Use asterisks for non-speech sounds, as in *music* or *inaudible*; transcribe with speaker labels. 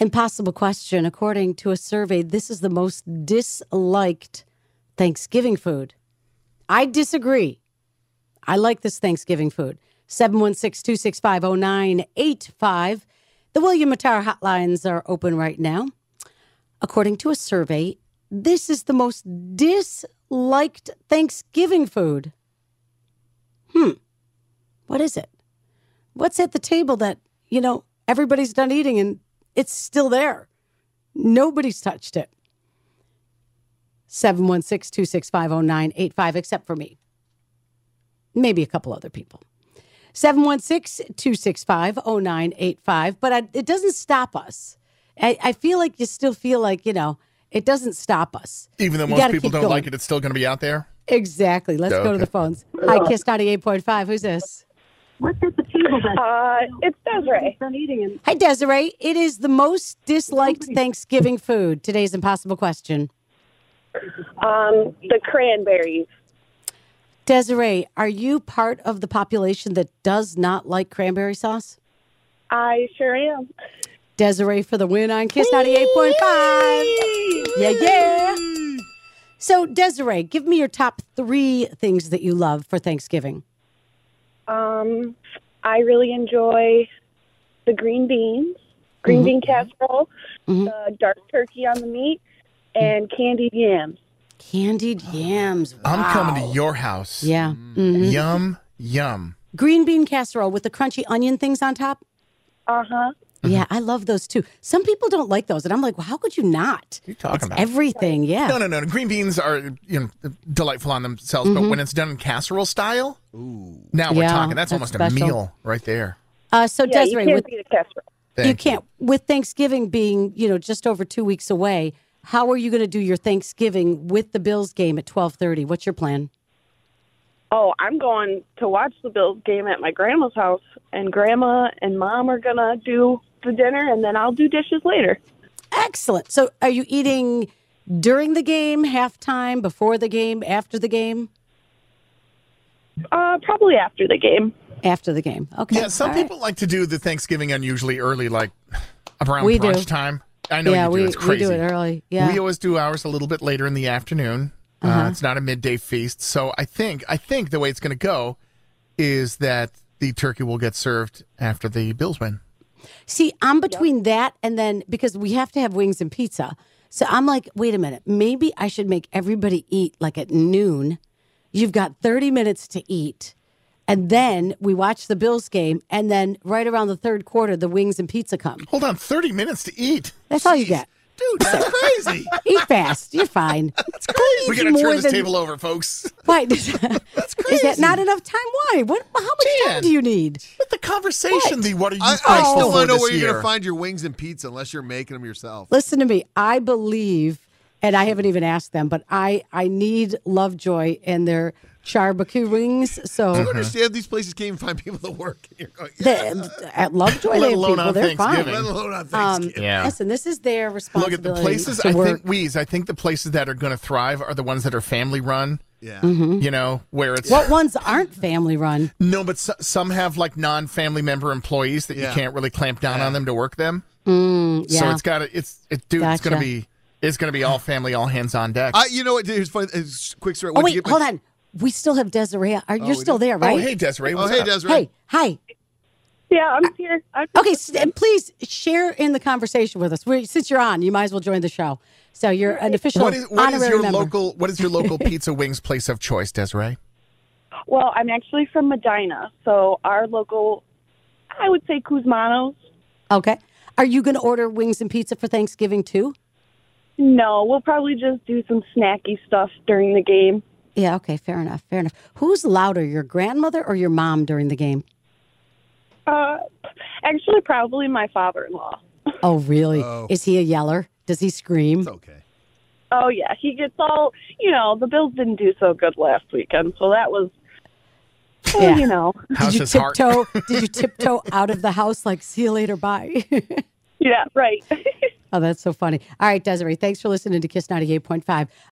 Speaker 1: Impossible question. According to a survey, this is the most disliked Thanksgiving food. I disagree. I like this Thanksgiving food. 716 265 0985. The William Matara hotlines are open right now. According to a survey, this is the most disliked Thanksgiving food. Hmm. What is it? What's at the table that, you know, everybody's done eating and it's still there? Nobody's touched it. 716 265 0985, except for me. Maybe a couple other people. 716 265 0985. But I, it doesn't stop us. I, I feel like you still feel like, you know, it doesn't stop us.
Speaker 2: Even though
Speaker 1: You
Speaker 2: most
Speaker 1: gotta
Speaker 2: people
Speaker 1: keep
Speaker 2: don't
Speaker 1: going.
Speaker 2: like it, it's still going to be out there.
Speaker 1: Exactly. Let's go to
Speaker 2: Okay.
Speaker 1: the phones. Hi, Kiss 98.5. Who's this?
Speaker 3: What's at the table that
Speaker 4: Uh, it's Desiree.
Speaker 3: done eating and
Speaker 1: Hi, Desiree. It is the most disliked Thanksgiving food. Today's impossible question.
Speaker 4: Um, the cranberries.
Speaker 1: Desiree, are you part of the population that does not like cranberry sauce?
Speaker 4: I sure am.
Speaker 1: Desiree for the win on Kiss 98.5. Yeah, yeah. So, Desiree, give me your top three things that you love for Thanksgiving.
Speaker 4: Um, I really enjoy the green beans, green
Speaker 1: Mm-hmm.
Speaker 4: bean casserole, the dark turkey on the meat,
Speaker 1: Mm-hmm.
Speaker 4: and candied yams.
Speaker 1: Candied yams.
Speaker 2: I'm
Speaker 1: Wow.
Speaker 2: coming to your house.
Speaker 1: Yeah. mhm.
Speaker 2: Yum, yum.
Speaker 1: Green bean casserole with the crunchy onion things on top.
Speaker 4: Uh huh.
Speaker 1: Yeah, I love those too. Some people don't like those, and I'm like, well, how could you not?
Speaker 2: What are you talking about?
Speaker 1: Everything, yeah.
Speaker 2: no, no, no, no. Green beans are you know delightful on themselves, but when it's done in casserole style, now we're
Speaker 1: Mm-hmm. Yeah,
Speaker 2: talking. That's,
Speaker 1: that's
Speaker 2: almost
Speaker 1: special.
Speaker 2: a meal right there.
Speaker 1: Uh, so
Speaker 4: Yeah, you
Speaker 1: Desiree,
Speaker 4: can't
Speaker 1: with,
Speaker 4: beat a casserole.
Speaker 1: you
Speaker 2: Thank
Speaker 1: can't with Thanksgiving being you know just over two weeks away. How are you going to do your Thanksgiving with the Bills game at twelve thirty? What's your plan?
Speaker 4: Oh, I'm going to watch the Bills game at my grandma's house, and grandma and mom are gonna do the dinner, and then I'll do dishes later.
Speaker 1: Excellent. So are you eating during the game, halftime, before the game, after the game,
Speaker 4: Uh, probably after the game.
Speaker 1: after the game? Okay.
Speaker 2: Yeah, some
Speaker 1: all right.
Speaker 2: people like to do the Thanksgiving unusually early, like around
Speaker 1: We do.
Speaker 2: brunch time. I know
Speaker 1: yeah,
Speaker 2: you do.
Speaker 1: we
Speaker 2: it's crazy.
Speaker 1: we do it early. Yeah.
Speaker 2: We always do ours a little bit later in the afternoon. uh it's not a midday feast, so I think I think the way it's going to go is that the turkey will get served after the Bills win.
Speaker 1: See, I'm between that and then because we have to have wings and pizza. So I'm like, wait a minute, maybe I should make everybody eat like at noon. You've got 30 minutes to eat. And then we watch the Bills game. And then right around the third quarter, the wings and pizza come.
Speaker 2: Hold on, thirty minutes to eat,
Speaker 1: That's all you get.
Speaker 2: dude. *laughs* That's crazy.
Speaker 1: Eat fast. You're fine. Please,
Speaker 2: We got to
Speaker 1: more
Speaker 2: turn this
Speaker 1: than-
Speaker 2: table over, folks.
Speaker 1: *laughs* Why? That's Is that
Speaker 2: crazy.
Speaker 1: not enough time? Why? What? How much time
Speaker 2: Jan.
Speaker 1: do you need?
Speaker 2: But the conversation, the what are you
Speaker 5: I,
Speaker 2: thankful
Speaker 5: I still
Speaker 2: for
Speaker 5: want to know
Speaker 2: this
Speaker 5: where you're
Speaker 2: year?
Speaker 5: going to find your wings and pizza unless you're making them yourself.
Speaker 1: Listen to me. I believe, and I haven't even asked them, but I I need Lovejoy and their charbecue rings.
Speaker 5: I
Speaker 1: So
Speaker 2: *laughs*
Speaker 5: don't understand these places can't even find people to work. And you're going, *laughs*
Speaker 1: the, at Lovejoy,
Speaker 2: Let
Speaker 1: they have
Speaker 2: alone
Speaker 1: people.
Speaker 2: on
Speaker 1: They're fine.
Speaker 2: Thanksgiving.
Speaker 5: let alone on
Speaker 1: Um,
Speaker 5: Thanksgiving.
Speaker 2: Yeah.
Speaker 1: Listen, this is their
Speaker 2: Look
Speaker 1: responsibility.
Speaker 2: at the places.
Speaker 1: to
Speaker 2: I
Speaker 1: work.
Speaker 2: think Wheeze. I think the places that are going to thrive are the ones that are family run.
Speaker 5: yeah.
Speaker 1: mm-hmm.
Speaker 2: You know, where it's
Speaker 1: What ones aren't family
Speaker 2: *laughs*
Speaker 1: run?
Speaker 2: no, but so, some have like non-family member employees that you
Speaker 5: Yeah.
Speaker 2: can't really clamp down on them to work them.
Speaker 1: Mm, Yeah.
Speaker 2: So it's got to it's it dude. It's going
Speaker 1: Gotcha.
Speaker 2: to be it's going to be all family, all hands on deck.
Speaker 5: I, you know what? dude, Here's funny. It's quick story. I
Speaker 1: oh
Speaker 5: went to
Speaker 1: wait,
Speaker 5: get my-
Speaker 1: hold on. We still have Desiree. Are you're
Speaker 5: we
Speaker 1: still
Speaker 5: do?
Speaker 1: there,
Speaker 2: oh
Speaker 1: right?
Speaker 2: hey Desiree.
Speaker 5: Oh,
Speaker 2: what's
Speaker 5: hey,
Speaker 2: up?
Speaker 5: Desiree.
Speaker 1: hey, hi.
Speaker 4: Yeah, I'm here. I'm
Speaker 1: Okay, s- and please share in the conversation with us. we since you're on, you might as well join the show. So you're an official
Speaker 2: What is what is
Speaker 1: honorary
Speaker 2: your
Speaker 1: member.
Speaker 2: local what is your
Speaker 1: *laughs*
Speaker 2: local pizza wings place of choice, Desiree?
Speaker 4: Well, I'm actually from Medina, so our local, I would say Kuzmanos.
Speaker 1: Okay. Are you going to order wings and pizza for Thanksgiving too?
Speaker 4: No, we'll probably just do some snacky stuff during the game.
Speaker 1: Yeah, okay, fair enough, fair enough. Who's louder, your grandmother or your mom during the game?
Speaker 4: Uh, actually, probably my father-in-law.
Speaker 1: Oh, really?
Speaker 5: Oh.
Speaker 1: Is he a yeller? Does he scream?
Speaker 5: It's okay.
Speaker 4: Oh yeah, he gets all you know. The Bills didn't do so good last weekend, so that was, well,
Speaker 1: Yeah.
Speaker 4: you know, *laughs*
Speaker 2: How's
Speaker 1: did you
Speaker 2: his heart? *laughs*
Speaker 1: tiptoe? did you tiptoe out of the house like see you later, bye? *laughs*
Speaker 4: yeah, right.
Speaker 1: oh, that's so funny. All right, Desiree, thanks for listening to Kiss ninety eight point five.